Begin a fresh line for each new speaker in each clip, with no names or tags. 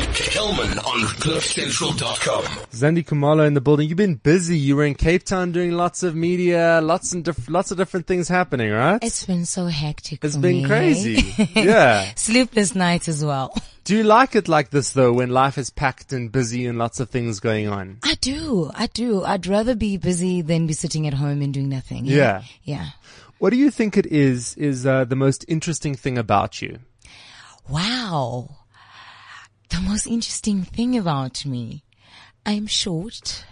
Hellman on CliffCentral.com.
Zandi Kumalo in the building. You've been busy. You were in Cape Town doing lots of media, lots and diff- lots of different things happening, right?
It's been so hectic.
It's
for
been
me,
crazy.
hey?
Yeah.
Sleepless nights as well.
Do you like it like this though, when life is packed and busy and lots of things going on?
I do. I do. I'd rather be busy than be sitting at home and doing nothing.
Yeah.
Yeah.
What do you think it is is uh, the most interesting thing about you?
Wow. The most interesting thing about me. I'm short.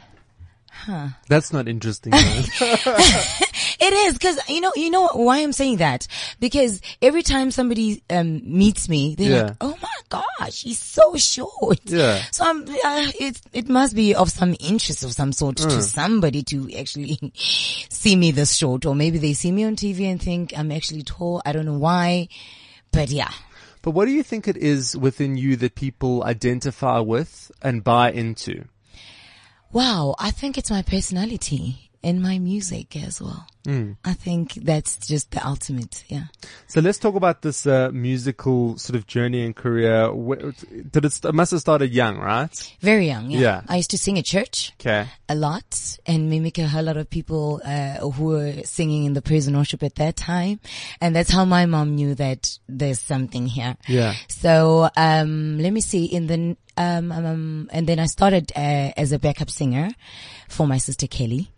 That's not interesting. though.
It is because you know you know why I'm saying that because every time somebody um, meets me, they're
Yeah.
like, "Oh my gosh, he's so short."
Yeah.
So I'm. Uh, it it must be of some interest of some sort to
Mm.
somebody to actually see me this short, or maybe they see me on TV and think I'm actually tall. I don't know why, but yeah.
but what do you think it is within you that people identify with and buy into?
Wow, I think it's my personality and my music as well.
Mm.
I think that's just the ultimate. Yeah.
So let's talk about this uh, musical sort of journey and career. Wh- Did it, st- it must have started young, right?
Very young. Yeah.
Yeah.
I used to sing at church.
Okay.
a lot and mimic a whole lot of people uh, who were singing in the praise and worship at that time. And that's how my mom knew that there's something here.
Yeah.
So, um, let me see in the, um, um, um, and then I started, uh, as a backup singer for my sister Kelly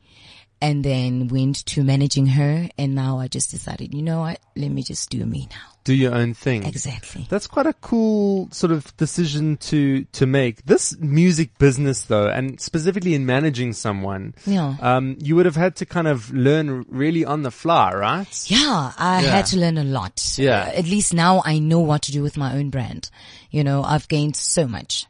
and then went to managing her. And now I just decided, you know what? Let me just do me now.
Do your own thing.
Exactly.
That's quite a cool sort of decision to to make. This music business, though, and specifically in managing someone,
Yeah.
um, you would have had to kind of learn really on the fly, right?
Yeah, I
Yeah.
had to learn a lot.
Yeah.
Uh, at least now I know what to do with my own brand. You know, I've gained so much.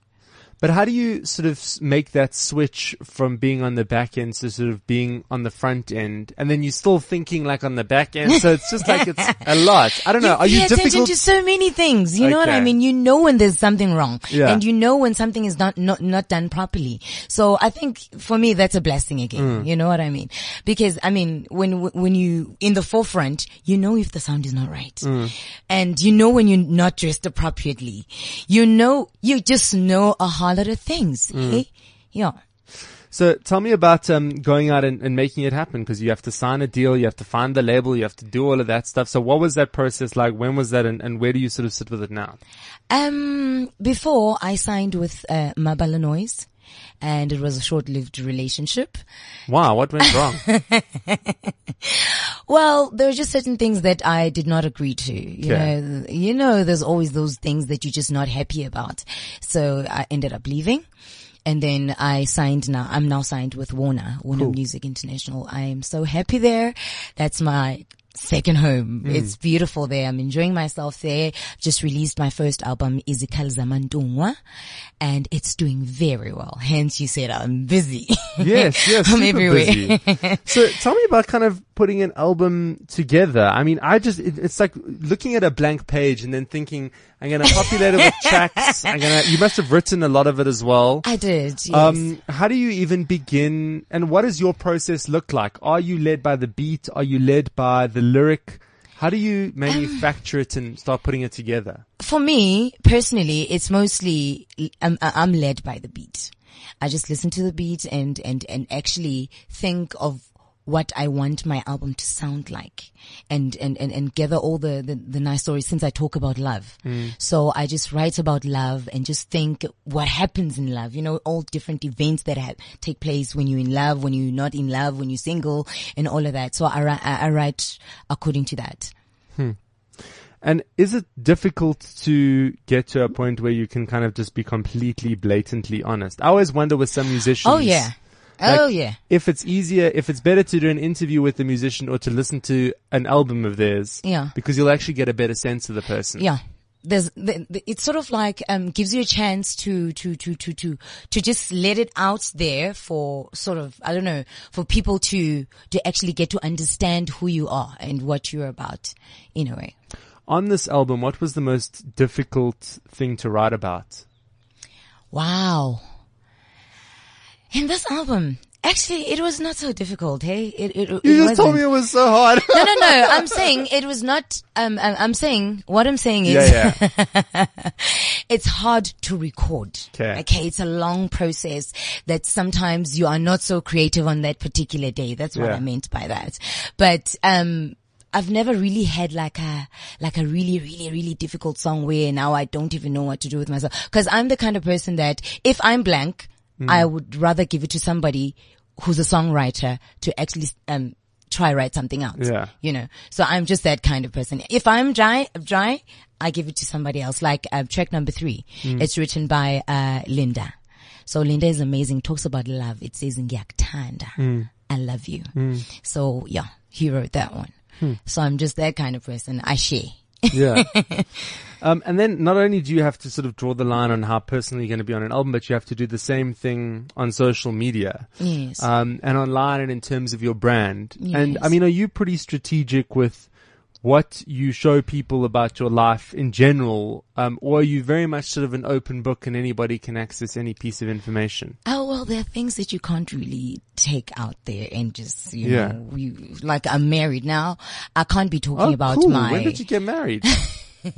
But how do you sort of s- make that switch from being on the back end to sort of being on the front end, and then you're still thinking like on the back end? So it's just like it's a lot. I don't know. Are
pay
you
attention
difficult?
to so many things. You know what I
Okay.
mean? You know when there's something wrong,
Yeah.
and you know when something is not not not done properly. So I think for me that's a blessing again.
Mm.
You know what I mean? Because I mean when when you in the forefront, you know if the sound is not right,
Mm.
and you know when you're not dressed appropriately. You know you just know a whole lot of things.
Mm.
eh? Yeah.
So tell me about um, going out and, and making it happen because you have to sign a deal, you have to find the label, you have to do all of that stuff. So what was that process like? When was that, and, and where do you sort of sit with it now?
Um, before I signed with uh, Mabala Noise, and it was a short-lived relationship.
Wow, what went wrong?
Well, there are just certain things that I did not agree to. You
Okay.
know, you know, there's always those things that you're just not happy about. So I ended up leaving. And then I signed now, I'm now signed with Warner, Warner Music International. I am so happy there. That's my second home.
Hmm.
It's beautiful there. I'm enjoying myself there. Just released my first album, Izikal Zamandungwa, and it's doing very well. Hence you said I'm busy.
yes, yes,
I'm
super
everywhere.
busy. So tell me about kind of putting an album together. I mean, I just it, it's like looking at a blank page and then thinking I'm going to populate it with tracks. I'm going to. You must have written a lot of it as well.
I did. Yes.
Um, how do you even begin and what does your process look like? Are you led by the beat? Are you led by the lyric? How do you manufacture it and start putting it together?
for me personally, it's mostly I'm, I'm led by the beat. I just listen to the beat and and and actually think of what I want my album to sound like, and and and, and gather all the, the the nice stories. Since I talk about love, so I just write about love and just think what happens in love. You know, all different events that ha- take place when you're in love, when you're not in love, when you're single, and all of that. So I ri- I I write according to that.
And is it difficult to get to a point where you can kind of just be completely blatantly honest? I always wonder with some musicians.
Oh yeah,
like,
oh yeah.
If it's easier, if it's better to do an interview with the musician or to listen to an album of theirs.
Yeah.
Because you'll actually get a better sense of the person.
yeah there's the, the, it's sort of like um gives you a chance to to to to to to just let it out there for sort of i don't know for people to to actually get to understand who you are and what you're about in a way
On this album, what was the most difficult thing to write about?
wow in this album Actually, it was not so difficult. Hey, it, it, it
You just told
wasn't.
me it was so hard.
No, no, no. I'm saying it was not. Um, I'm, I'm saying what I'm saying is
yeah, yeah.
it's hard to record.
'Kay.
Okay. It's a long process that sometimes you are not so creative on that particular day. That's what
Yeah.
I meant by that. But, um, I've never really had like a, like a really, really, really difficult song where now I don't even know what to do with myself. Cause I'm the kind of person that if I'm blank, I would rather give it to somebody who's a songwriter to actually, um, try write something out.
Yeah.
You know, so I'm just that kind of person. If I'm dry, dry, I give it to somebody else. Like uh, track number three,
Hmm.
it's written by uh, Linda. So Linda is amazing. Talks about love. It says in Yaktanda,
Hmm.
I love you. So yeah, he wrote that one.
Hmm.
So I'm just that kind of person. I share.
Yeah. um, and then not only do you have to sort of draw the line on how personally you're going to be on an album, but you have to do the same thing on social media.
Yes.
Um, and online and in terms of your brand. And I
Yes.
mean, are you pretty strategic with what you show people about your life in general? Um, or are you very much sort of an open book and anybody can access any piece of information?
Oh well, there are things that you can't really take out there and just you
Yeah.
know, we, like I'm married now. I can't be talking about
Oh, cool.
my
When did you get married?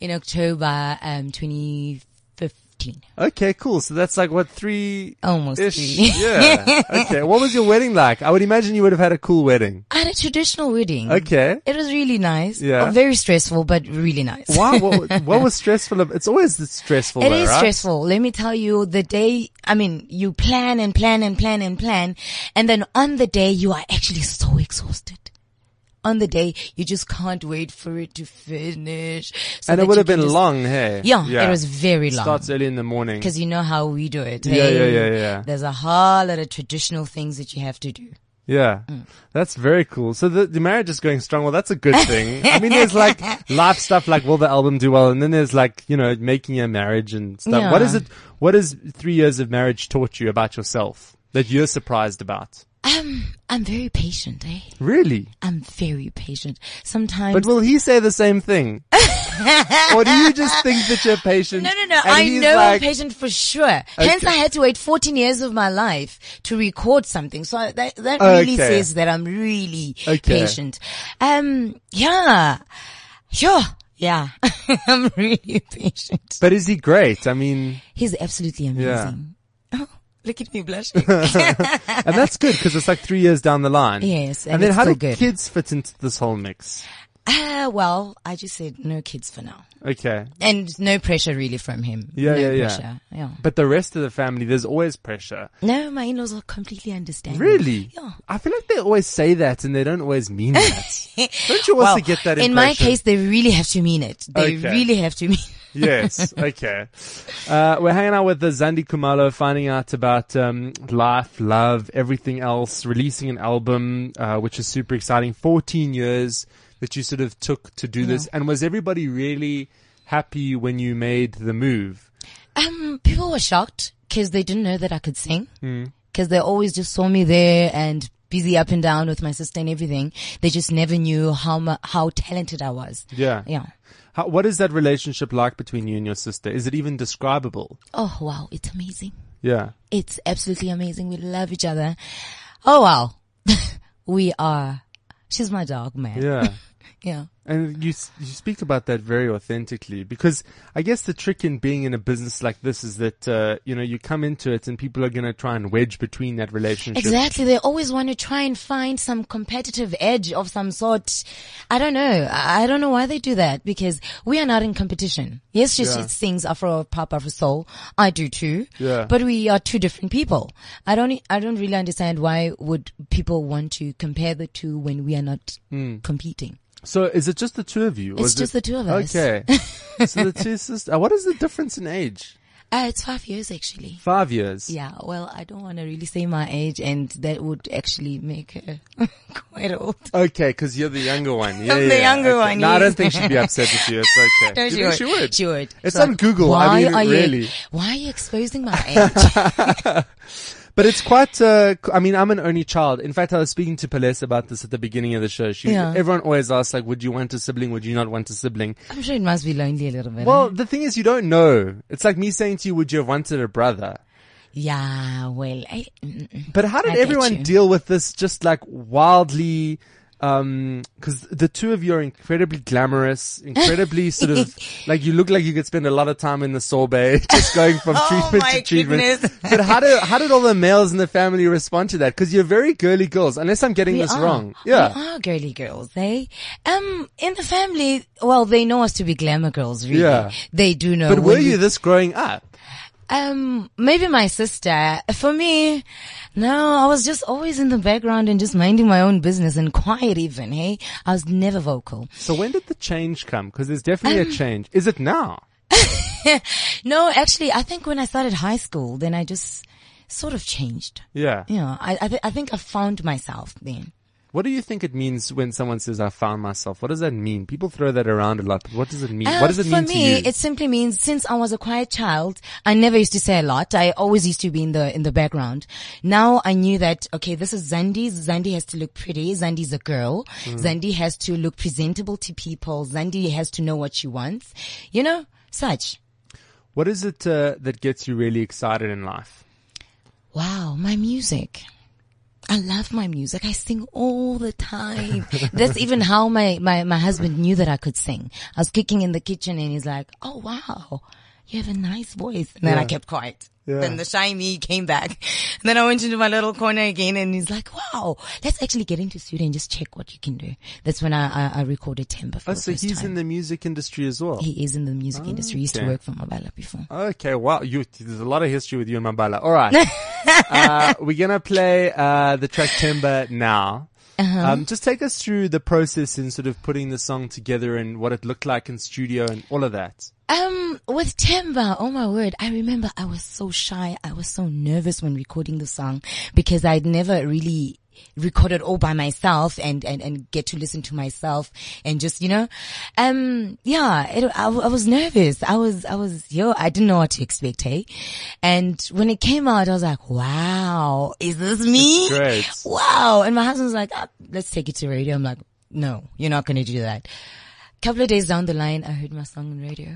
in October um 2015.
okay, cool. So that's like what three
Almost
ish?
three.
Yeah. Okay. What was your wedding like? I would imagine you would have had a cool wedding.
I had a traditional wedding.
Okay.
It was really nice.
Yeah.
Uh, Very stressful, but really nice.
Wow, what, what was stressful? Of, it's always the stressful.
It
though,
is
right?
stressful. Let me tell you, the day, I mean, you plan and plan and plan and plan. And then on the day, you are actually so exhausted. On the day, you just can't wait for it to finish. so
and
that
it would
you
have
can
been
just-
long. Hey,
Yeah, it was very long.
Starts early in the morning.
Cause you know how we do it.
Yeah,
hey?
yeah, yeah, yeah.
There's a whole lot of traditional things that you have to do.
Yeah,
Mm.
that's very cool. So the, the marriage is going strong. Well, that's a good thing. I mean, there's like life stuff, like will the album do well, and then there's like you know making a marriage and stuff. What is
Yeah.
it? What has three years of marriage taught you about yourself that you're surprised about?
Um, I'm very patient, eh?
Really?
I'm very patient. Sometimes.
But will he say the same thing? or do you just think that you're patient?
No, no, no.
and
I
he's
know
like-
I'm patient for sure. Hence, I had to wait 14 years of my life to record something. So I- that that really
Okay.
says that I'm really
Okay.
patient. Um, yeah, sure, yeah. I'm really patient.
But is he great? I mean,
He's absolutely amazing.
Yeah.
Oh, look at me blushing.
and that's good because it's like three years down the line.
Yes,
and,
and
then
it's
how
still
do
good.
kids fit into this whole mix?
Ah, well, I just said no kids for now,
Okay,
and no pressure really from him.
Yeah,
no
yeah, yeah.
pressure. yeah.
but the rest of the family, there's always pressure.
No, my in-laws are completely understanding.
Really?
Yeah.
I feel like they always say that and they don't always mean that. don't you also
Well,
get that?
in my
impression?
case, they really have to mean it. They
Okay.
really have to mean.
yes. Okay. Uh, we're hanging out with the Zandi Kumalo, finding out about um, life, love, everything else, releasing an album, uh, which is super exciting. 14 years that you sort of took to do this. And was everybody really happy when you made the move?
Um, people were shocked because they didn't know that I could sing.
Hmm.
Because they always just saw me there and busy up and down with my sister and everything. They just never knew how mu- how talented I was.
Yeah.
Yeah.
How, what is that relationship like between you and your sister? Is it even describable?
Oh wow, it's amazing.
Yeah.
It's absolutely amazing. We love each other. Oh wow, we are. She's my dog, man.
Yeah.
yeah.
And you s- you speak about that very authentically because I guess the trick in being in a business like this is that uh, you know you come into it and people are going to try and wedge between that relationship.
Exactly. They always want to try and find some competitive edge of some sort. I don't know. I I don't know why they do that because we are not in competition. Yes, she
Yeah.
she sings Afro Pop Afro Soul. I do too.
Yeah.
But we are two different people. I don't, I don't really understand why would people want to compare the two when we are not
Hmm.
competing.
So is it just the two of you? or
It's
is
just
it-
the two of us.
Okay. so the two sisters. What is the difference in age?
Uh, it's five years actually.
Five years.
Yeah, well, I don't want to really say my age and that would actually make her quite old.
Okay, because you're the younger one. Yeah,
I'm the
yeah,
younger
okay.
one,
No, I don't
yes.
think she'd be upset with you. It's okay.
No,
you
she
think
would.
she would?
She would.
It's
She's
on Google. I
Why
mean,
are You,
really."
why are you exposing my age?
But it's quite. Uh, c- I mean, I'm an only child. In fact, I was speaking to Palessa about this at the beginning of the show. She,
Yeah.
everyone always asks, like, "Would you want a sibling? Would you not want a sibling?"
I'm sure it must be lonely a little bit. eh?
Well, the thing is, you don't know. It's like me saying to you, "Would you have wanted a brother?"
Yeah, well, I, mm, mm.
But how
I
did
get
everyone
you.
deal with this just like wildly, um, cause the two of you are incredibly glamorous, incredibly sort of, like you look like you could spend a lot of time in the sorbet, just going from
Oh
treatment
my
to treatment.
goodness.
But how do, how did all the males in the family respond to that? Cause you're very girly girls, unless I'm getting
we
this
are.
wrong. Yeah.
We are girly girls. They, um, in the family, well, they know us to be glamour girls, really.
Yeah.
They do know.
But were
when
you this growing up?
Um, maybe my sister. For me, no, I was just always in the background and just minding my own business and quiet even, hey? I was never vocal.
So when did the change come? Cause there's definitely
Um,
a change. Is it now?
No, actually, I think when I started high school, then I just sort of changed.
Yeah.
Yeah, I, I, th- I think I found myself then.
What do you think it means when someone says, I found myself? What does that mean? People throw that around a lot, but what does it mean? what
Um,
does it
for
mean
me,
to you?
it simply means since I was a quiet child, I never used to say a lot. I always used to be in the in the background. Now I knew that okay, this is Zandi. Zandi has to look pretty. Zandi's a girl.
Hmm.
Zandi has to look presentable to people. Zandi has to know what she wants. You know, such.
What is it uh, that gets you really excited in life?
Wow, my music. I love my music. I sing all the time. That's even how my, my, my husband knew that I could sing. I was cooking in the kitchen and he's like, Oh wow, you have a nice voice. And then I kept quiet.
Yeah.
Then the shy me came back. And then I went into my little corner again and he's like, wow, let's actually get into studio and just check what you can do. That's when I, I, I recorded Timber for
Oh,
the
so
first
he's
time.
in the music industry as well.
he is in the music industry. He used
Okay.
to work for Mobile before.
Okay, wow, you, there's a lot of history with you and Mambala. All right, uh, we're gonna play uh, the track Timber now.
Uh-huh.
Um, just take us through the process in sort of putting the song together and what it looked like in studio and all of that.
Um, with Timber, oh my word, I remember I was so shy. I was so nervous when recording the song because I'd never really recorded all by myself and, and, and get to listen to myself and just, you know, um, yeah, it, I, w- I was nervous. I was, I was, yo, I didn't know what to expect, hey? And when it came out, I was like, wow, is this me?
Great.
Wow. And my husband's like, ah, let's take it to radio. I'm like, no, you're not going to do that. Couple of days down the line, I heard my song on radio.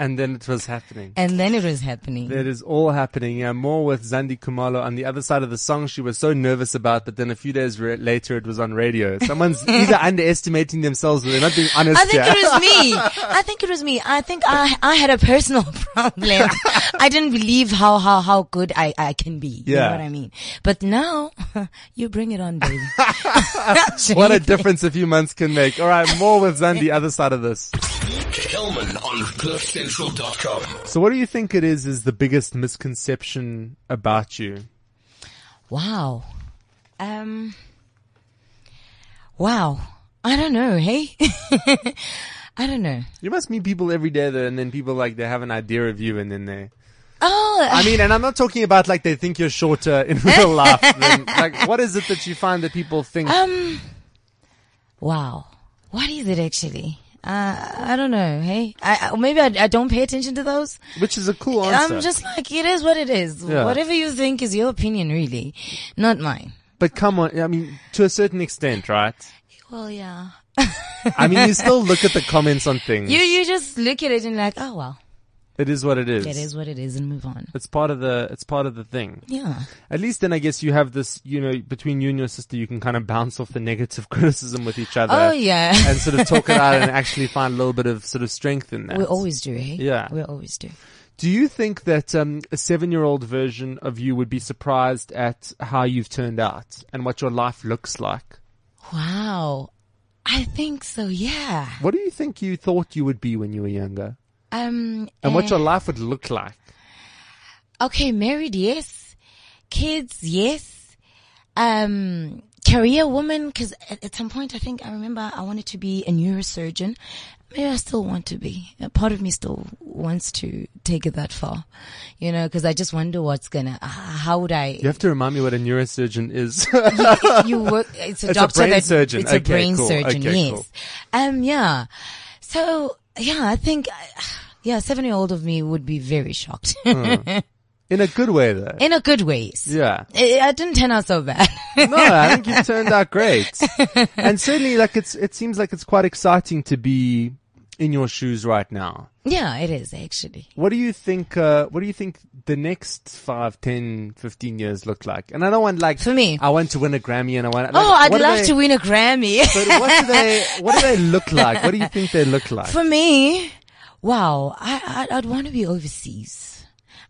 And then it was happening.
And then it was happening.
That is all happening. Yeah, more with Zandi Kumalo on the other side of the song she was so nervous about, but then a few days re- later it was on radio. Someone's either underestimating themselves or they're not being honest
I think
here.
it was me. I think it was me. I think I, I had a personal problem. I didn't believe how, how, how good I, I can be. You
Yeah.
know what I mean? But now, you bring it on, baby.
what a difference a few months can make. All right, more with Zandi, other side of this.
Hellman on CliffCentral.com.
So what do you think it is, is the biggest misconception about you?
Wow. Um, wow. I don't know, hey? I don't know.
You must meet people every day though, and then people like, they have an idea of you and then they,
Oh,
I mean, and I'm not talking about like they think you're shorter in real life. Than, like, what is it that you find that people think?
Um. Wow. What is it actually? Uh, I don't know. Hey, I, I maybe I, I don't pay attention to those.
Which is a cool answer.
I'm just like it is what it is.
Yeah.
Whatever you think is your opinion, really, not mine.
But come on, I mean, to a certain extent, right?
Well, yeah.
I mean, you still look at the comments on things.
You you just look at it and like, oh well,
it is what it is.
it is what it is, and move on.
It's part of the. It's part of the thing.
Yeah.
At least then, I guess you have this. You know, between you and your sister, you can kind of bounce off the negative criticism with each other.
Oh yeah.
And sort of talk it out and actually find a little bit of sort of strength in that.
We always do, hey?
Yeah.
We always do.
Do you think that um, a seven-year-old version of you would be surprised at how you've turned out and what your life looks like?
Wow. I think so, yeah.
What do you think you thought you would be when you were younger,
Um
and
eh.
what your life would look like?
Okay, married, yes. Kids, yes. Um, career woman, cause at, at some point I think I remember I wanted to be a neurosurgeon. Maybe I still want to be. A part of me still wants to take it that far, you know, cause I just wonder what's gonna, h- how would I,
You have to remind me what a neurosurgeon is.
you work, it's
It's
a
a
doctor
brain
that,
surgeon.
it's a
Okay,
brain
cool.
surgeon,
Okay,
yes.
cool.
Um, yeah. So, yeah, I think, uh, yeah, seven year old of me would be very shocked.
In a good way though.
In a good ways.
Hmm. yeah.
It, it didn't turn out so bad.
No, I think you've turned out great. And certainly like it's, it seems like it's quite exciting to be in your shoes right now.
yeah, it is actually.
What do you think, uh, what do you think the next five, ten, fifteen years look like? And I don't want like,
For me?
I want to win a Grammy and I want, like,
Oh, I'd
what do
love
they-
to win a Grammy.
But what do they, what do they look like? What do you think they look like?
For me, wow, I, I, I'd want to be overseas.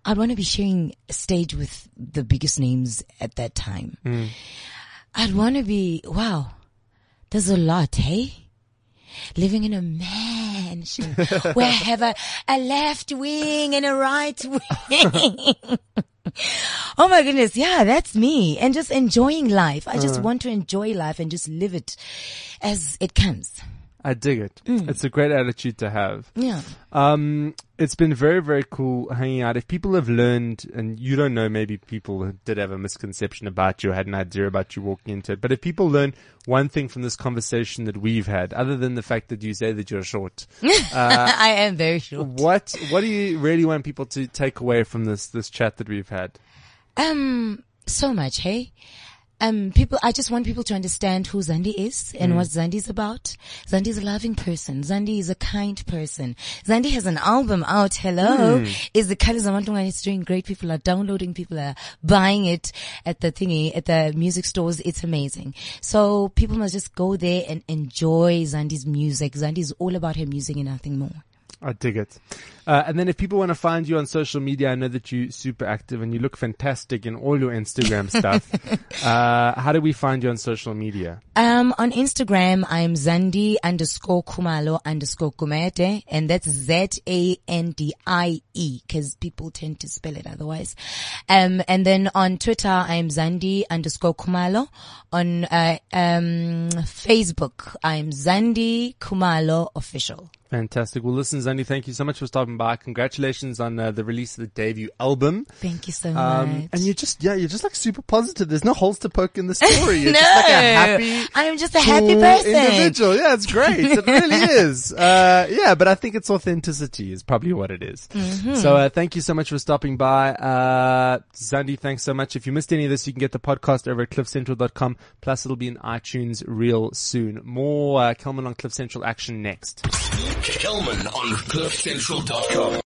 I'd want to be sharing a stage with the biggest names at that time. I'd want to be, wow, there's a lot, hey? Living in a mansion where I have a, a left wing and a right wing. oh my goodness. Yeah, that's me. And just enjoying life. I just want to enjoy life and just live it as it comes.
I dig it.
Mm.
It's a great attitude to have.
Yeah.
Um, it's been very, very cool hanging out. If people have learned, and you don't know, maybe people did have a misconception about you, had an idea about you walking into it. But if people learn one thing from this conversation that we've had, other than the fact that you say that you're short,
I am very sure.
what what do you really want people to take away from this this chat that we've had?
Um, so much, hey? Um, people, I just want people to understand who Zandi is and what Zandi is about. Zandi is a loving person. Zandi is a kind person. Zandi has an album out. Hello. Is the Colors of and it's doing great. People are downloading. People are buying it at the thingy, at the music stores. It's amazing. So people must just go there and enjoy Zandi's music. Zandi is all about her music and nothing more.
I dig it. Uh, and then if people want to find you on social media, I know that you're super active and you look fantastic in all your Instagram stuff. uh, how do we find you on social media?
Um, on Instagram, I'm Zandi underscore Kumalo underscore Kumete, and that's Z-A-N-D-I-E, E, cause people tend to spell it otherwise. Um, and then on Twitter, I'm Zandi underscore Kumalo. On, uh, um, Facebook, I'm Zandi Kumalo official.
Fantastic. Well, listen, Zandi, thank you so much for stopping by. Congratulations on uh, the release of the debut album.
Thank you so
Um,
much.
and you're just, yeah, you're just like super positive. There's no holes to poke in the story. You're
no,
just like a happy,
I'm just a happy
cool
person.
individual. Yeah, it's great. It really is. Uh, yeah, but I think it's authenticity is probably what it is.
Mm-hmm.
So, uh, thank you so much for stopping by. Uh, Zandi, thanks so much. If you missed any of this, you can get the podcast over at cliffcentral.com. Plus, it'll be in iTunes real soon. More, uh, Kelman on Cliff Central action next.
Kelman on CliffCentral.com.